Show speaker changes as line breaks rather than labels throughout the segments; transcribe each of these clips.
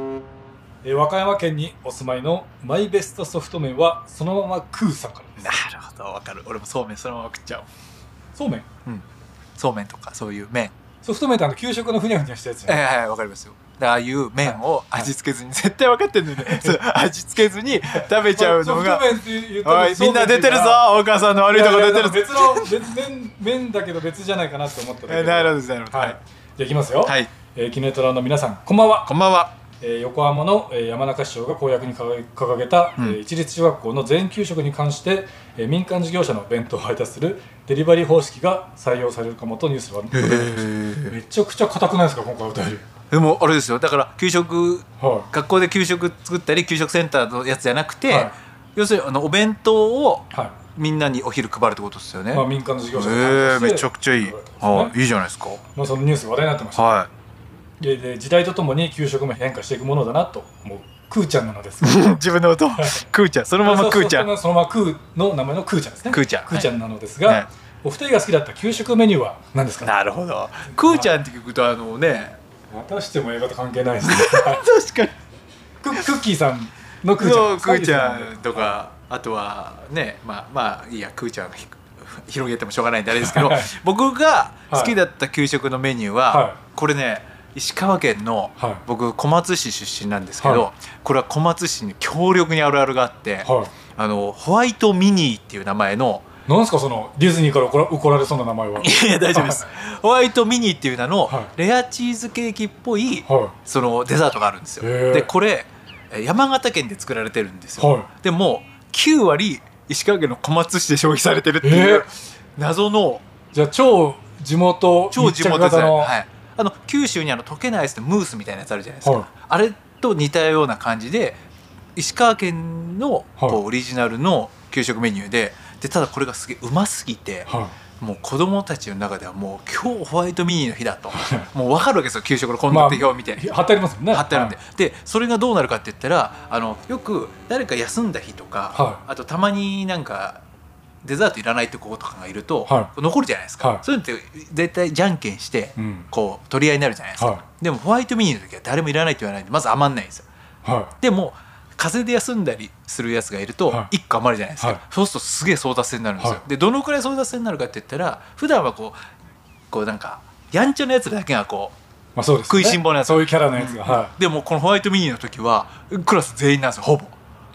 えー和歌山県にお住まいのマイベストソフト麺はそのままクーさんからです
なるほどわかる俺もそうめんそのまま食っちゃう
そうめん
そうめんとかそういう麺
ソフト麺ってあの給食のふにゃふにゃしたやつじゃない
はいはいわかりますよだからああいう麺を味付けずに、絶対分かってんのよねそう味付けずに食べちゃうの
ソ
が
フト麺って言うと
おいみんな出てるぞお母さんの悪いとこ出てるぞ
別の別麺麺だけど別じゃないかなって思っただけ
え
で
なるほどなるほど
はい、じゃあいきますよ、
はいい
えー、キネトラの皆さんこんばんは、
こんばんは
えー横浜の、えー山中市長が公約に掲げ掲げた、
うん
えー一律中学校の全給食に関して、えー民間事業者の弁当を配達するデリバリー方式が採用されるかもとニュースがめちゃくちゃ硬くないですか今回お便り
でもあれですよだから給食
は
学校で給食作ったり給食センターのやつじゃなくて、
はい
要するにあのお弁当を
い、は
みんなにお昼配るってことですよね、
いまあ、民間の事業者
えー、めちゃくちゃいい、
そうですね
あいいじゃないですか
まあ、そのニュースが話題になってました、
は
でで時代とともに給食も変化していくものだなと思うクーちゃんなのですが
い 自分の音クーちゃんそのままクーちゃん
そうそうそのままクーの名前のクーちゃんですね
クーちゃん
クーちゃんなのですが、
はい
お二人が好きだった給食メニューは何ですか
なるほどクーちゃんって聞くとあのね
またしても映画と関係ないですね
確かに
ククッキーさんのクーちゃ
そ
ん
うクーちゃ
好きですよね
んとかあとはねまあまあいいやクーちゃんひ広げてもしょうがないんであれですけど
はい
僕が好きだった給食のメニューは、
はい
これね石川県の、
はい
僕小松市出身なんですけど、
は
これは小松市に強力にあるあるがあって、
はい
あのホワイトミニーっていう名前の
なんですかそのディズニーから怒ら怒られそうな名前は
いや大丈夫ですホワイトミニーっていう名の、
は
レアチーズケーキっぽい、
は
そのデザートがあるんですよ
へー
でこれえー山形県で作られてるんですよ、
は
でも9割石川県の小松市で消費されてるってい
へ
う
ー
謎の
いじゃあ超地元
超地元
密着
で、
型の、
はい、あの九州にあの溶けないアイスってムースみたいなやつあるじゃないですか、
はい
あれと似たような感じで石川県のこう
はい
オリジナルの給食メニューででただこれがすげえうますぎて、
は
もう子供たちの中ではもう今日ホワイトミニの日だともう分かるわけですよ給食の献
まあ
立表を見て、
い、貼ってありますもんね
貼ってあるんで、
はい
でそれがどうなるかって言ったらあのよく誰か休んだ日とか、
は
あとたまになんかデザートいらないって子とかがいると、
は
残るじゃないですか、
はい
そういうのって絶対じゃんけんして、
うん
こう取り合いになるじゃないですか、
は
でもホワイトミニの時は誰もいらないって言わないんでまず余んないんですよ
は
でも風邪で休んだりするやつがいると
はい
1個余るじゃないですか、
はい
そうするとすげえ争奪戦になるんですよ、
はい
でどのくらい争奪戦になるかって言ったら普段はこうこうなんかやんちゃなやつらだけが
い、
こう
まあ、そうです、ね、
食いしん坊なやつ
そういうキャラのやつが、はい
でもこのホワイトミニの時はクラス全員なんですよほぼ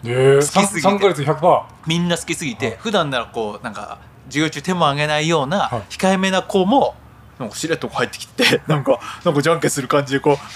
ええ
好きすぎて
3ヶ月100%は
みんな好きすぎて、普段ならこうなんか授業中手も上げないような
はい
控えめな子もなんかしれっとこう入ってきてなんかなんかじゃんけんする感じでこう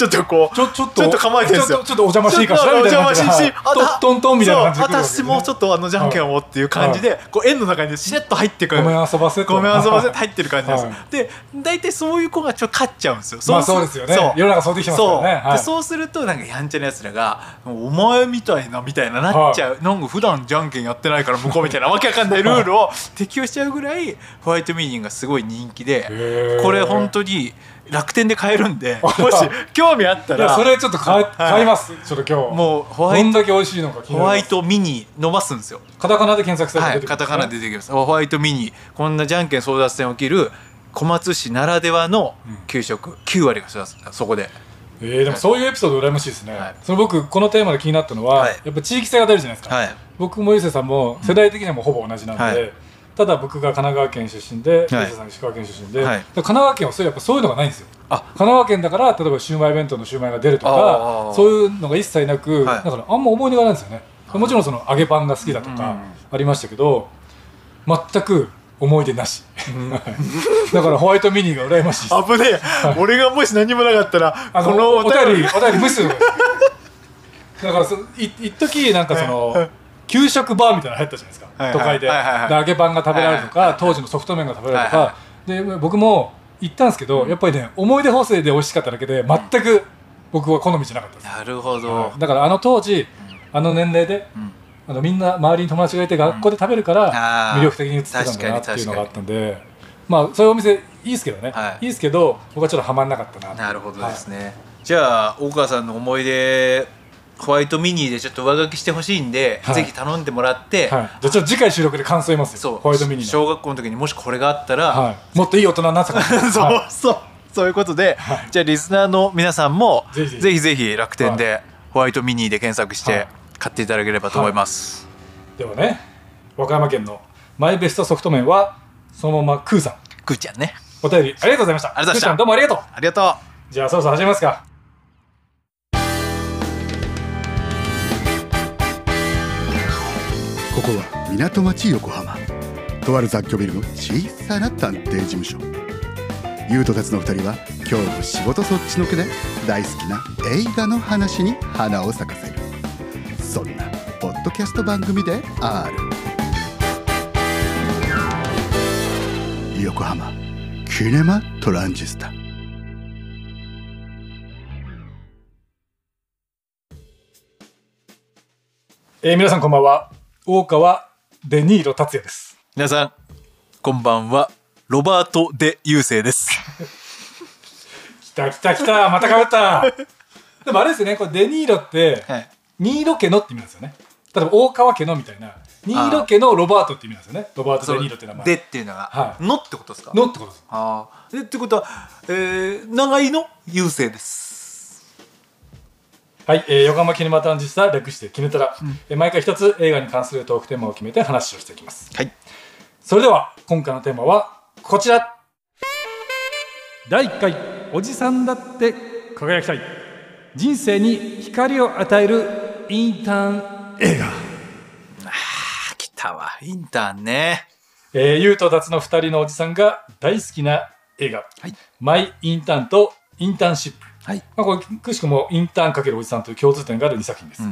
ちょっとこう
ちょちょっと
ちょっと構えてるんですよ
ちょっとちょっとお邪魔していいかしら
ちょっと
みたいな感じで
お邪魔しいし
はい
あた
トントンみたいな感じで来るわけです
そう
ね
私もちょっとあのじゃんけんをっていう感じで、こう円の中にしれっと入ってくる
ごめん遊ばせと
ごめん遊ばせって入ってる感じなんですよ、
は
で大体そういう子がちょっと勝っちゃうんですよ
まあそうですよね
そう
世の中そうできてますからね
そう
はい
でそうするとなんかやんちゃなやつらが「お前みたいな」みたいななっちゃう、なんか普段じゃんけんやってないから向こうみたいなわけわかんないルールを 適用しちゃうぐらいホワイトミーニングがすごい人気で
へー
これ本当に楽天で買えるんでもし興味あった
いや
ら
それちょっと買,、
い
買いますちょっと今日
もうホワイト
どんだけ美味しいのか気に
ホ
な
ワ
り
イ
ます
トミニ伸ばすんですよ
カタカナで検索すると
は
出
い、
てく
カ
るんで
タ
すね
カナで出てきますホワイトミニこんなじゃんけん争奪戦起きる小松市ならではの給食、9割がそそこで
えー、でもそういうエピソード羨ましいですね、
はい
その僕このテーマで気になったのは、
はい
やっぱ地域性が出るじゃないですか、
はい
僕もゆうせいさんも世代的にはもうほぼ同じなんで、
はい
ただ僕が神奈川県出身で、
はい
ゆうせいさんが石川県出身で、
はい
で神奈川県はそういうやっぱそういうのがないんですよ
あ
神奈川県だから例えばシウマイ弁当のシウマイが出るとか
あー
そういうのが一切なく、
はい
だからあんま思い出がないんですよねもちろんその揚げパンが好きだと
うん
かありましたけど全く思い出なし、 はいだからホワイトミニが羨ましいです
危ねえ、俺がもし何もなかったら
あのお便りお便り無視するのだからそい一時なんかその給食バーみたいなの流行ったじゃないですか、
はいは
都
い
会で,、
はいはいはい
で揚げパンが食べられるとか、
は
当時のソフト麺が食べられると
は
か、で僕も行ったんですけど、やっぱりね思い出補正で美味しかっただけで全く僕は好みじゃなかったです、
なるほど、
はいだからあの当時あの年齢で、
ん
あのみんな周りに友達がいて学校で食べるから
あー
魅力的に映ってたんだなっていうのがあったんでまあそういうお店いいですけどね、
はい
い、いですけど僕はちょっとハマんなかったな
なるほどです
ね、
ね、じゃあ大川さんの思い出ホワイトミニでちょっと上書きしてほしいんで、
はい
ぜひ頼んでもらって、
はいじゃあちょっと次回収録で感想言います
そ
よ
う
ホワイトミニの、
小学校の時にもしこれがあったら、
はい、もっといい大人になってたか も
そ
は
うそう。そういうことで、じゃあリスナーの皆さんも
ぜ
ぜ
ひぜ
ひ
ひ
ぜひ楽天でホワイトミニーで検索し
は
て
い
買っていただければと思います、
ではね和歌山県のマイベストソフト麺はそのままクーさん
くーちゃんね
お便りありがとうございました
ありがと
クー
うございました
さんどうもありがとう
ありがとう
じゃあそろそろ始めますか
ここは港町横浜とある雑居ビルの小さな探偵事務所優斗たちの2人は今日も仕事そっちのけで大好きな映画の話に花を咲かせるそんなポッドキャスト番組である横浜キネマトランジスタ
えー皆さんこんばんは大川デニーロ達也です
皆さんこんばんはロバート・デ・ユーセイです
来た来た来 たまたかぶったでもあれですよねこれデニーロって、
はい
ニーロ家のって意味なんですよね例えば大川家のみたいなニーロ家のロバートって意味なんですよねロバート・デ・ニーロって名前
でっていうのが、
はい
のってことですか
のってことです
ああでってことは、えー、長井の優勢です
はい、えー、横浜キネマタウンジスタ略してキネタラ、えー毎回一つ映画に関するトークテーマを決めて話をしていきます
はい
それでは今回のテーマはこちら第1回おじさんだって輝きたい人生に光を与えるインターン
あ来たわインターンね
えー、ゆうとたつの2人のおじさんが大好きな映画「
はい
マイ・インターン」と「インターンシップ」
はい
まあ、これくしくもインターン×おじさんという共通点がある2作品です、
ん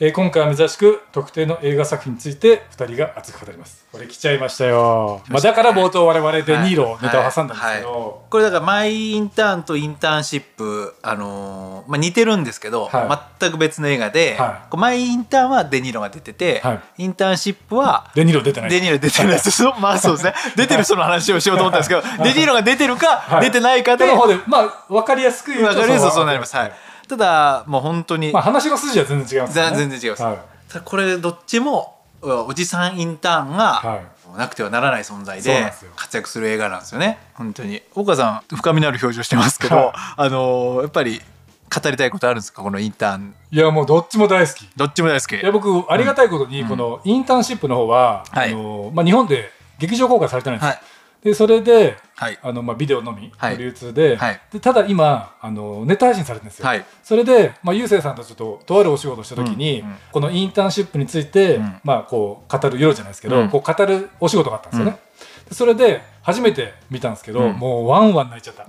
えー今回は珍しく特定の映画作品について2人が熱く語りますこれ来ちゃいましたよまあ、だから冒頭我々でニーロネタを挟んだんですけど、
はいはいこれだからマイインターンとインターンシップ、あのーまあ、似てるんですけど、
は
全く別の映画で、
はい
こうマイインターンはデニーロが出てて、
はい
インターンシップは
デニーロ出てない
デニーロ出てるやつそうまあそう ですね出てる人の話をしようと思ったんですけどデニーロが出てるか
はい
出てないかで
の
分
方でまあ分かりやすく言うと
かるやつはそうなります、はい、ただもう本当に、
まあ、話の筋は全然違いますよね
全然違います、
はい
ただこれどっちもおじさんインターン
は
がなくてはならない存在
そうなん
で
ですよ
活躍する映画なんですよね本当に岡さん深みのある表情してますけど、
はい
あのーやっぱり語りたいことあるんですかこのインターン
いやもうどっちも大好き
どっちも大好き
いや僕ありがたいことにこのインターンシップの方は、
はい
あのまあ、日本で劇場公開されてないんですよ、
はい
でそれで、
はい
あのまあ、ビデオのみ
はい
の流通で,、
はい
でただ今あのネット配信されてるんですよ、
はい
それで、まあ、ゆうせいさんとちょっととあるお仕事をした時に、
うんうん
このインターンシップについて、
ん
まあ、こう語る夜じゃないですけど、
うん
こう語るお仕事があったんですよね、でそれで初めて見たんですけど、
うん
もうワンワン泣いちゃった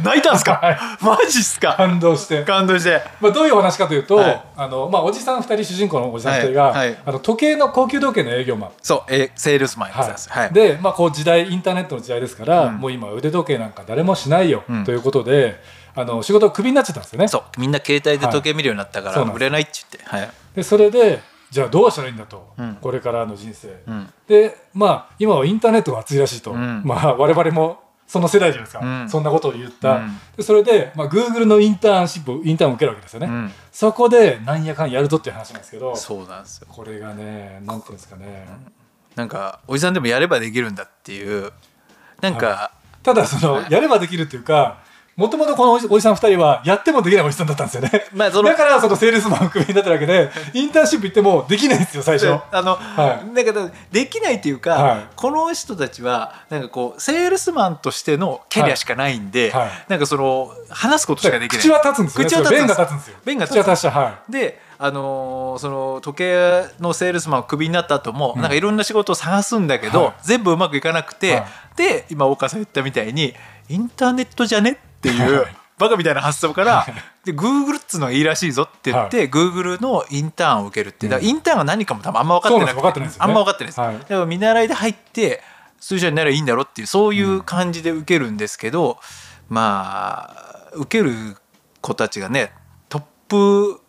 泣いたんですか、
はい
マジっすか
感動 して
感動して
まあ、どういうお話かというと、
はい
あのまあ、おじさん2人主人公のおじさん2人が、
はいはい
あの時計の高級時計の営業マン、
そうえセールスマンやってたんですよ
は、
はいい
で、まあ、こう時代インターネットの時代ですから、
ん
もう今腕時計なんか誰もしないよ、
ん
ということであの仕事をクビになっちゃったんですよね
そうみんな携帯で時計見るようになったか
はいそう
ら
なんです
売れないって言って、はい
でそれでじゃあどうしたらいいんだと、
うん
これからの人生、
ん
でまあ今はインターネットが熱いらしいと、
ん
まあ、我々もその世代じゃないですか、
うん
そんなことを言った、
うん
でそれで、まあ、Google のインターンシップインターンを受けるわけですよね、
うん
そこでなんやかんやるぞっていう話なんですけど
そうなんですよ
これがねなんていうんですかね、
なんかおじさんでもやればできるんだっていうなんか、
ただそのやればできるっていうかもともとこのおじおじさん2人はやってもできないおじさんだったんですよね、
まあその
だからそのセールスマンをクビになってるわけでインターンシップ行ってもできないんですよ最初
であの、
は
なんかだからできないというか、
はい
この人たちはなんかこうセールスマンとしてのキャリアしかないんで、
はいはい
なんかその話すことしかできない。
口は立つんですよね
口は立つ
弁
んで
が
す
立つんですよ
弁が立
口
つ
は立したは
で、あのーその時計のセールスマンをクビになった後も、なんかいろんな仕事を探すんだけど、
はい
全部うまくいかなくて、
は
で今岡さん言ったみたいにインターネットじゃねっていうバカみたいな発想から。で Google っつうのがいいらしいぞって言って、Google のインターンを受けるってだからインターンが何かも多分あんま分かってな
そうなん
くて
です分かってないですよね
あんま分かってないです、
はい
だから見習いで入って数社にならいいんだろうっていうそういう感じで受けるんですけど、まあ受ける子たちがねトップ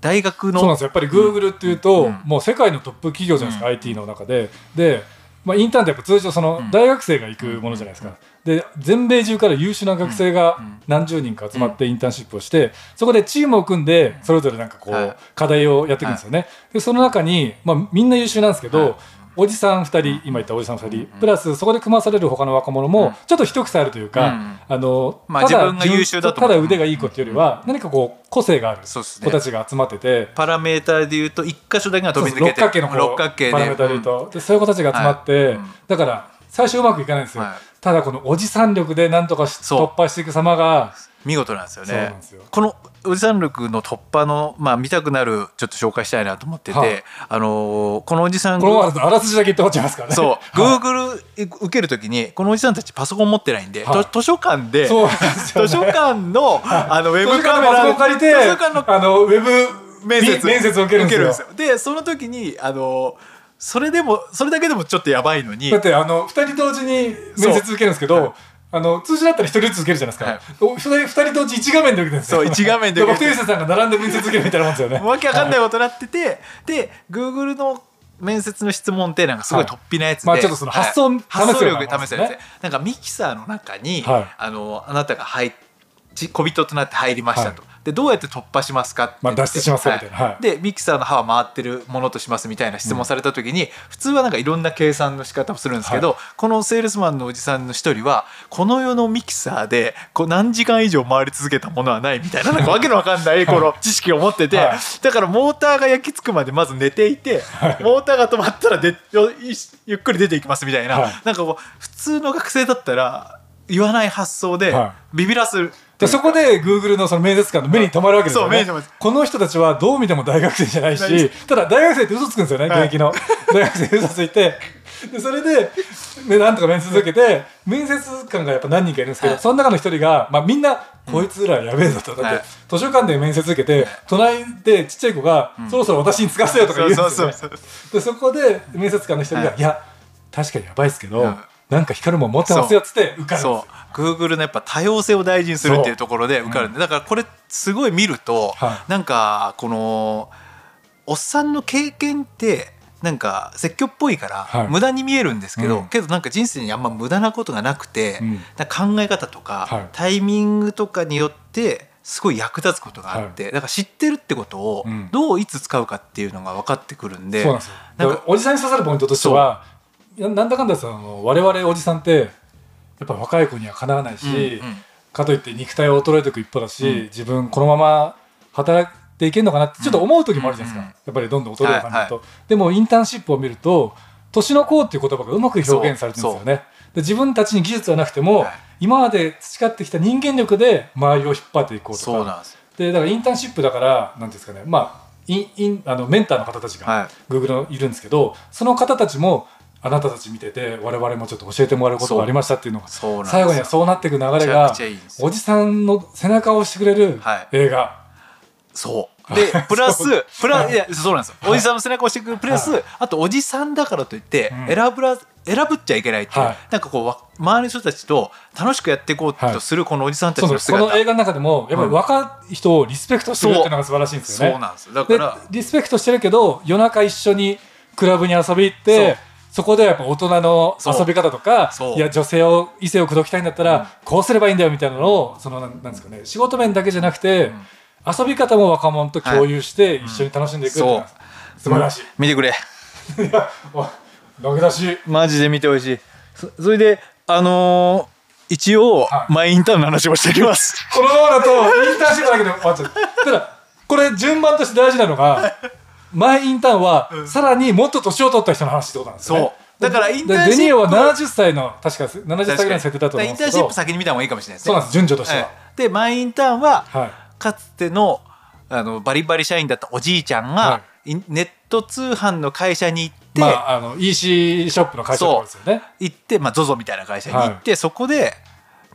大学
いそうなん
の
ですよやっぱりグーグルっていうと、もう世界のトップ企業じゃないですか、IT の中でで、まあ、インターンってやっぱ通常その大学生が行くものじゃないですか、で全米中から優秀な学生が何十人か集まってインターンシップをしてそこでチームを組んでそれぞれなんかこ
は
う
い
課題をやっていくんですよね、でその中に、まあ、みんな優秀なんですけど、おじさん2人今言ったおじさん2人プラスそこで組まされる他の若者もちょっと一癖あるというかあの
まあ
ただ
自分が優秀だと
ただ腕がいい子っていうよりは何かこう個性がある
そうっすね
子たちが集まってて
パラメーターで言うと一箇所だけが飛び抜けて
そうそう六角形のこう
六角形で
パラメータで言うと、でそういう子たちが集まって、
はいうん
だから最初うまくいかないんですよ、
はい
ただこのおじさん力でなんとかし
そう
突破していく様が
見事なんですよ
そうなん
ね
ですよ
このおじさん力の突破の、まあ、見たくなるちょっと紹介したいなと思ってて、
はい
あのーこのおじさん
このままあらすじだけ言って終わっちゃいますからね
そう
はい
Google 受けるときにこのおじさんたちパソコン持ってないんで、
はい
と図書館で
そうなんですよね
図書館のあのウェ
図書
ブ
館
カ
のパ
メ
ソ
ラ
コン借りて
図書館の
あのウェブ
面接
み面接を受けるんですよ
受けるんですよでその時にあのそれでもそれだけでもちょっとやばいのに
だってあの2人同時に面接受けるんですけど、あの通常だったら1人ずつ受けるじゃないですか、
はい
お二人二人同時1画面で受けてるんですよ
そう一画面で受けて
てさんが 並んで面接受けるみたいなもんですよね
わけわかんないことになってて、で Google の面接の質問ってなんかすごい突飛なやつで、
はいまあちょっとその
はい
発想を試す
発想
ようなも
力
のです
試せ
ね
るやつでなんかミキサーの中に、
はい
あのあなたが入っち小人となって入りましたと、でどうやって突破しますかって言って
まあ脱出しますかみたいなはい
でミキサーの刃は回ってるものとしますみたいな質問された時に、普通はなんかいろんな計算の仕方をするんですけど、このセールスマンのおじさんの一人はこの世のミキサーでこう何時間以上回り続けたものはないみたいななんかわけのわかんないこの知識を持ってて、
はい
だからモーターが焼き付くまでまず寝ていて、モーターが止まったらでよいゆっくり出ていきますみたいな、
はい
なんかこう普通の学生だったら言わない発想で
は
ビビらするって
で
いうか、
そこで Google のその面接官の目に留まるわけですよ
そう目
ね
に留まる
この人たちはどう見ても大学生じゃない
大学
し、ただ大学生って嘘つくんですよね、現
はい
役の。大学生嘘ついて。で、それで、ね、なんとか面接受けて、面接官がやっぱ何人かいるんですけど、
はい
その中の一人が、まあみんな、こいつらやべえぞと。だっ
はい
て、図書館で面接受けて、隣でちっちゃい子が、そろそろ私につかせよとか言うんですよ、ね。
そうそうそう
で、そこで面接官の一人が、
はい
い、や、確かにやばいですけど、
うん
なんか光るもん持ってますよっつって受かるんですよ
そう Google のやっぱ多様性を大事にするっていうところで受かるんで、だからこれすごい見ると、
はい
なんかこのおっさんの経験ってなんか説教っぽいから、
はい
無駄に見えるんですけど、
うん
けどなんか人生にあんま無駄なことがなくて、
うん
なんか考え方とか、
はい
タイミングとかによってすごい役立つことがあって、だから知ってるってことを
うん
どういつ使うかっていうのが分かってくるんで、
そうなんですよ
なん
だ
か
からおじさんに刺さるポイントとしてはななんだかんだその我々おじさんってやっぱ若い子にはかなわないし、
うんうん
かといって肉体は衰えていく一方だし、
うん
自分このまま働いていけるのかなってちょっと思う時もあるじゃないですか、
うんうん
やっぱりどんどん衰える感じだと、
は
でもインターンシップを見ると年の功っていう言葉がうまく表現されてるんですよねで自分たちに技術はなくても、
はい
今まで培ってきた人間力で周りを引っ張っていこうとか
そうなんですよ
でだからインターンシップだからなんていうんですかねまあインインあのメンターの方たち
はい
が Google のいるんですけど、その方たちもあなたたち見てて我々もちょっと教えてもらえることがありましたっていうのが
そうなんですよ
最後にはそうなっていく流れ
めちゃ
が
くちゃいいんですよ
おじさんの背中を押してくれる
はい
映画、
そう。で、プラス、プラ、いや、そうなんですよ。おじさんの背中を押してくる、プラ
は
ス、あとおじさんだからといって、
ん
選ぶら、選ぶっちゃいけないっていう
はい、
なんかこうわ、周りの人たちと楽しくやっていこう
はい
とするこのおじさんた
そ
ち
うなん
の
ですこの
姿。
映画の中でもやっぱり若い人をリスペクトしてるっていうのが素晴らしいんですよね。
そうなんですよ。だか
で
ら、
リスペクトしてるけど夜中一緒にクラブに遊び行ってそこでやっぱ大人の
そう
遊び方とか
そう
いや女性を異性を口説きたいんだったら、こうすればいいんだよみたいなのをそのなんなんですかね仕事面だけじゃなくて、遊び方も若者と共有して一緒に楽しんでいくっていうのが
うん
素晴らしい。
見てくれ。
いやお投げ出し
マジで見てほしい。そそれで、あのー一応
は、い
マイインターンの話もしてきます。
このままだとインターンシップだけで 終わっちゃうただこれ順番として大事なのが前インターンはさらにもっと年を取った人の話ってことなんですよね、
そうだからインターンシップ
でデニーロは70歳の確か70歳ぐらいの設定だと思うんですけ
インターンシッ
ど
プ先に見た方がいいかもしれないですね。
そうなんです順序としては、
はいでマイインターンは、
はい
かつてのあのバリバリ社員だったおじいちゃんが、
は
インネット通販の会社に行って、
まああの EC ショップの会社とかですよね
行って、まあ、ZOZO みたいな会社に行って、そこで、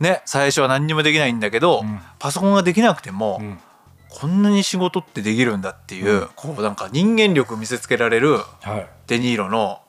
ね、最初は何にもできないんだけど、
ん
パソコンができなくても、
ん
こんなに仕事ってできるんだっていう、こうなんか人間力を見せつけられる
はい
デニーロの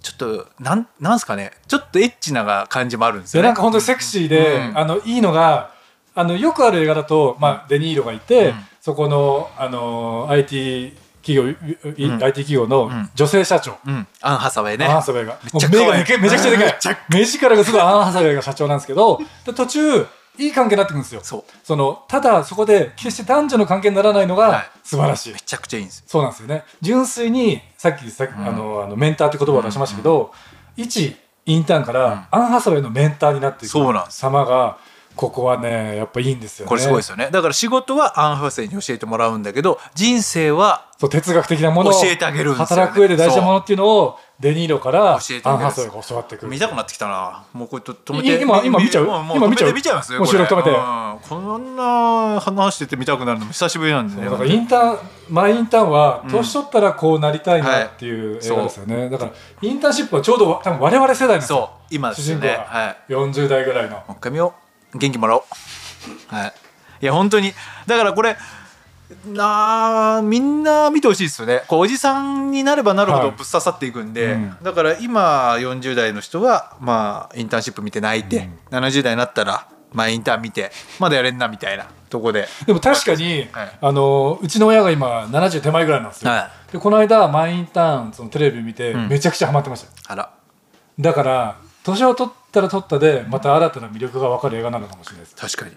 ちょっとなんなんすかねちょっとエッチな感じもあるんです
で
よね。
なんか本当にセクシーで、
うん
あのいいのがあのよくある映画だと、まあ、デ・ニーロがいて、
うん
そこのあの IT 企業、い
ん
IT 企業の
ん
女性社長、
うん、アンハサウェイね。
アンハサウェイが
めっちゃ可愛い
もう目がでけめちゃくちゃでか
めっちゃ
い目力がすごいアンハサウェイが社長なんですけどで途中いい関係になってくるんですよ
そう
そのただそこで決して男女の関係にならないの
はい
が素晴らしい、
めちゃくちゃいいんですよ
そうなんですよね純粋にさっきさっき、
ん
あのあのメンターって言葉を出しましたけど、一インターンからアン・ハサウェイのメンターになっていく
そうなんです
様がここはねやっぱいいんですよね
これすごいですよねだから仕事はアン・ハセイに教えてもらうんだけど人生は
そう哲学的なものを
教えてあげるんですよね
働く上で大事なものっていうのをデ・ニーロからアン・
教えてあげるん
ハ
です
サ
よ
ウェイが教わってくる
見たくなってきたなもうこれと止め
い
て
今今見ちゃう
もも
今見ちゃう
止めて見ちゃいますよ
もう収録止めて
これうんこんな話してて見たくなるのも久しぶりなんでね
だからインターンマイインターンは
うん
年取ったらこうなりたいなっていう映画ですよね、だからインターンシップはちょうど多分我々世代なんですよ
そう今で
主
すよ
人公
ね
は
はい
40代ぐらいの
もう一回見よう元気もらおうはいいや本当にだからこれなあみんな見てほしいですよねこうおじさんになればなるほど
はい
ぶっ刺さっていくんで、
うん
だから今40代の人はまあインターンシップ見て泣いて、70代になったらまあインターン見てまだやれんなみたいなとこで
でも確かに、
はい
あのうちの親が今70手前ぐらいなんですよ、
は
でこの間マイインターンそのテレビ見て
ん
めちゃくちゃハマってましたよ、
あら
だから年を取ったら取ったでまた新たな魅力が分かる映画なのかもしれないです
確かに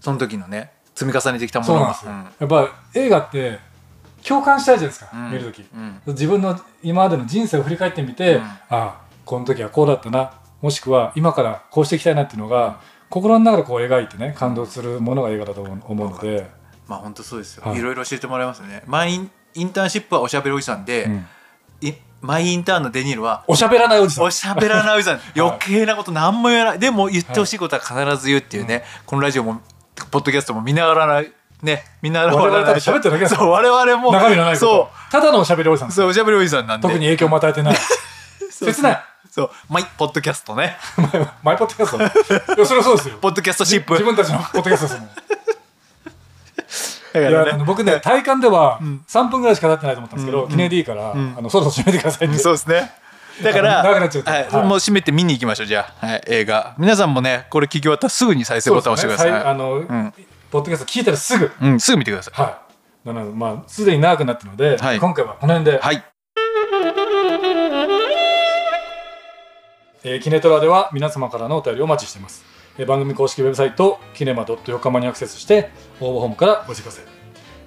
その時のね積み重ねてきたも
そ
の
う
が
なんですよ、やっぱ映画って共感したいじゃないですか、
うん
見るとき、
うん
自分の今までの人生を振り返ってみて、
うん
ああこの時はこうだったなもしくは今からこうしていきたいなっていうのが心の中でこう描いてね感動するものが映画だと思う思うので、
まあ本当そうですよ、
はい
い、ろいろ教えてもらいますよねマインインターンシップはおしゃべりおじさんで、
うん
いマイインターンのデニールは
おしゃべらないおじさん
おしゃべらないおじ さん余計なこと何も言わないでも言ってほしいことは必ず言うっていうね、このラジオもポッドキャストも見ながらないね見ながら
我々
笑わない
ただ喋ってるだけなんですよ
そう我々も
中身のないこと
そ
ただのおしゃべりおじさん
う
です
そうおしゃべりおじさんなんで
特に影響も与えてない
そう
切ない
そうマイポッドキャストね
マイポッドキャス トいやそれはそうですよ
ポッドキャストシップ
自分たちのポッドキャストですもん
だか
いや
ら
あ
ね
の僕ね体感では3分ぐらいしか経ってないと思ったんですけど、記念 D から、あのそろそろ締めてくださいって、
そうですね。だから、
長くなっちゃうと
はい
はい
もう締めて見に行きましょう、じゃあ、はい、映画。皆さんもね、これ聞き終わったらすぐに再生ボタンを押してください。
そうですねさいあの、
ん
ポッドキャスト聞いたらすぐ、
うん、すぐ見てください。
はい。なので、まあ、すでに長くなったので、
はい
今回はこの辺で、
はい。
えーキネトラでは皆様からのお便りをお待ちしています。えー番組公式ウェブサイト、キネマ .yokama にアクセスして、応募フォームからご自己せ。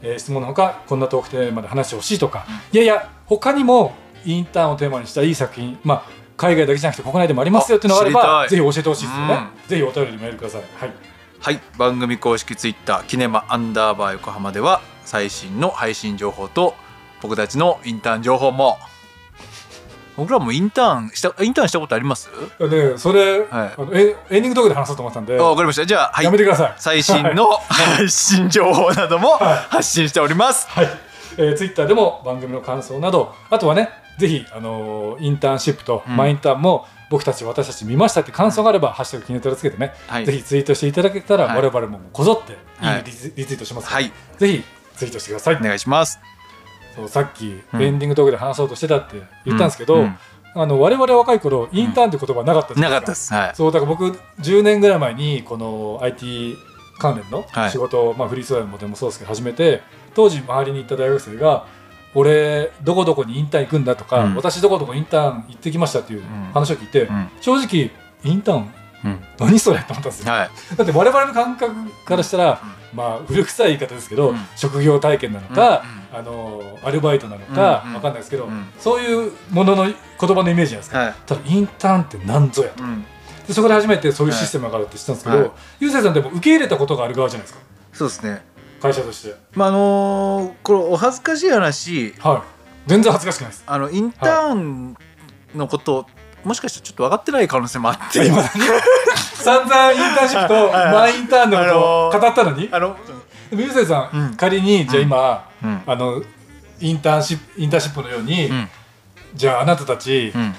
えー質問のほか、こんなトークテーマで話してほしいとか、いやいや、他にもインターンをテーマにしたいい作品、まあ、海外だけじゃなくて国内でもありますよっていうのがあれ
あ
ば、
知
ぜ
り
ひ
た
教えてほしいですよね。ぜひお便りでメールください。はい。
はい、番組公式ツイッター、キネマアンダーバー横浜では、最新の配信情報と、僕たちのインターン情報も。僕らもインターンした、インターンしたことあります
で、それ、
はい
あのエエンディングトークで話そうと思ってたんで、
あわかりました。じゃあ、はい
やめてください。
最新の配信情報なども発信しております。
はい、えー、ツイッターでも番組の感想などあとはねぜひ、あのーインターンシップと
うん
マイインターンも僕たち私たち見ましたって感想があれば「ハッシュタグキネトラ」つけてね、
はい
ぜひツイートしていただけたら、
はい
我々もこぞってい
はい
いリツ,、リツイートしますから、
はい、
ぜひツイートしてください、
お願いします。
そうさっき、
うん
エンディングトークで話そうとしてたって言ったんですけど、
うんうん
あの我々若い頃インターンって言葉なかったじゃ
なか
い
ったですす。はい。
そうだから僕10年ぐらい前にこの IT 関連の
はい
仕事、まあ、フリー素材もでもそうですけど始めて当時周りに行った大学生が「俺どこどこにインターン行くんだ」とか、
うん
私どこどこインターン行ってきました」っていう話を聞いて、
うん
正直インターン
うん
何それと思ったんですよ
はい。
だって我々の感覚からしたら、まあ古臭い言い方ですけど、
うん
職業体験なのか、あのアルバイトなのか、
うんうん
わかんないですけど、
うん
そういうものの言葉のイメージじゃないですか、
はい。
ただインターンって何ぞや
うん。
でそこで初めてそういうシステムがあるって知ったんですけど、
はい
ゆうせいさんでも受け入れたことがある側じゃないですか
そうですね。
会社として
まああのーこれお恥ずかしい話、
はい全然恥ずかしくないです
あのインターンのこと、もしかしたらちょっと分かってない可能性もあって、
散々インターンシップとマイインターンのことを語ったのに、
あの、
でもゆうせいさん、
うん
仮にじゃあ今、
うん
あのインターンシップインターンシップのように、
うん
じゃああなたたち、
うん、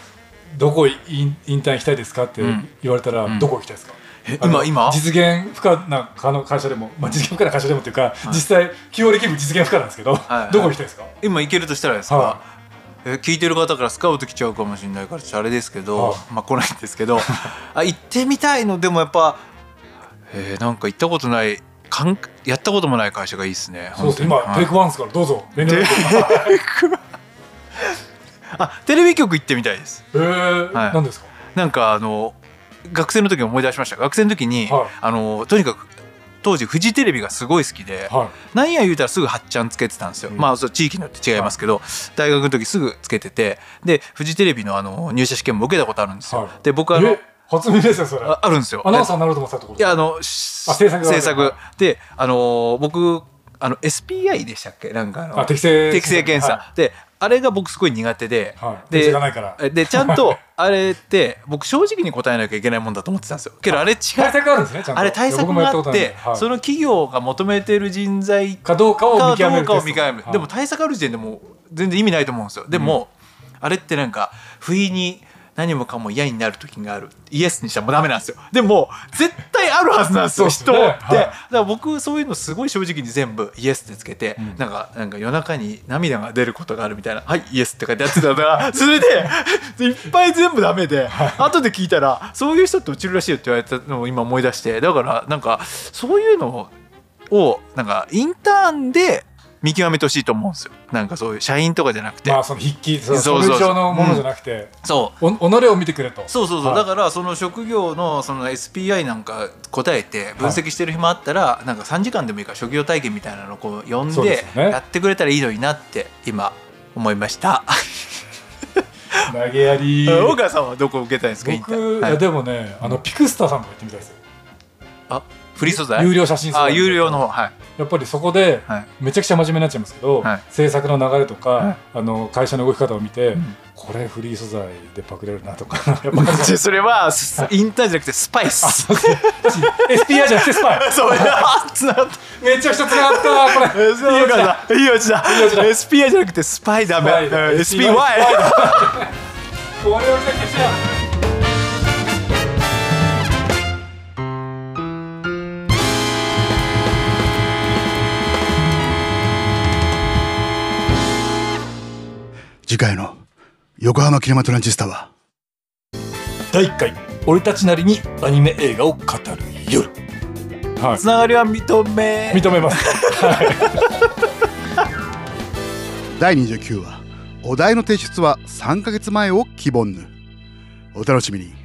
どこインインターン行きたいですかって
うん
言われたら、
ん
どこ行きたいですか
え
あの
今今、
実現不可なあの会社でも、まあ、実現不可な会社でもっていうか、実際起用できる実現不可なんですけど、
いはい
どこ行きたいですか
今行けるとしたらですか。
は
え聞いてる方からスカウト来ちゃうかもしれないからちょっとあれですけど、
はい
まあ来ないんです けどあ行ってみたいのでもやっぱ、えーなんか行ったことないかんやったこともない会社がいいですね
そうですね、
本
今
当に、はい
テイクワンですから、どうぞ、連絡
あテレビ局行ってみたいです
えー、
はい
何ですか
なんかあの学生の時思い出しました学生の時に、
はい
あのとにかく当時フジテレビがすごい好きで、
は
なんや言うたらすぐはっちゃんつけてたんですよ、
うん
まあそう地域によって違いますけど、大学の時すぐつけててでフジテレビのあの入社試験も受けたことあるんですよ、
はい
で僕あ
い。
の
え、初耳ですよ、それ。
ああるんですよ
アナウンサーになろうと思ってたところ
いやあのし
あ制作がある
制作であのー僕あの SPI でしたっけなんかあの
あ適正
適正検査、
は
であれが僕すごい苦手で、
はい
で
適正がないから
えでちゃんとあれって僕正直に答えなきゃいけないもんだと思ってたんですよけどあれ違う
対策があるんですね、ちゃんと。
あれ対策
僕も
が
やた
あ
ことる
っ
ん
て
ではい
その企業が求めてる人材か
かどうかを
ど
見
う
極めるテスト。
かを見極める
はい
でも対策ある時点でもう全然意味ないと思うんですよでも、あれってなんか不意に何もかも嫌になる時があるイエスにしたらもうダメなんですよでも絶対あるはずなんですよ
そ
人
う
っ
です
て、
ねはい
だから僕そういうのすごい正直に全部イエスってつけて、なんかなんか夜中に涙が出ることがあるみたいな「はいイエス」って書いてやってたから それでいっぱい全部ダメで後で聞いたらそういう人って落ちるらしいよって言われたのを今思い出してだからなんかそういうのををなんかインターンで見極めてほしいと思うんですよなんかそういう社員とかじゃなくて、
まあ、その筆記、その
そうそうそ
書
う
類上のものじゃなくて、
そう
お己を見てくれと。
そうそうそ
は
う、
い
だからその職業のその SPI なんか答えて分析してる暇あったら、なんか3時間でもいいから職業体験みたいなのをこう呼ん
そうで
です
よね
やってくれたらいいのになって今思いました、
投げやり。
大川さんはどこ受けたいんですかインター
僕、
ン
い
は
や
い
でもね、あのピクスタさんとか行ってみたいですよ。
あフリー素材
有料写真
あ
素材
有料の 方はい
やっぱりそこで
はい
めちゃくちゃ真面目になっちゃいますけど、
はい
制作の流れとか、
はい
あの会社の動き方を見て、
ん
これフリー素材でパクれるなとか やっぱ
それはすインターンじゃなくてスパイス
SPI じゃなくてスパイ
そうあつながった
めちゃくちゃつながったこれ
えそう
いい
かいいよちだ SPI じゃなくてスパイダメ
スパイ
SPY
これを見たけしゃ
次回の横浜キネマトランジスタは
第1回俺たちなりにアニメ映画を語る夜はい
つながりは認め
認めます
第29話お題の提出は3ヶ月前を希望ぬお楽しみに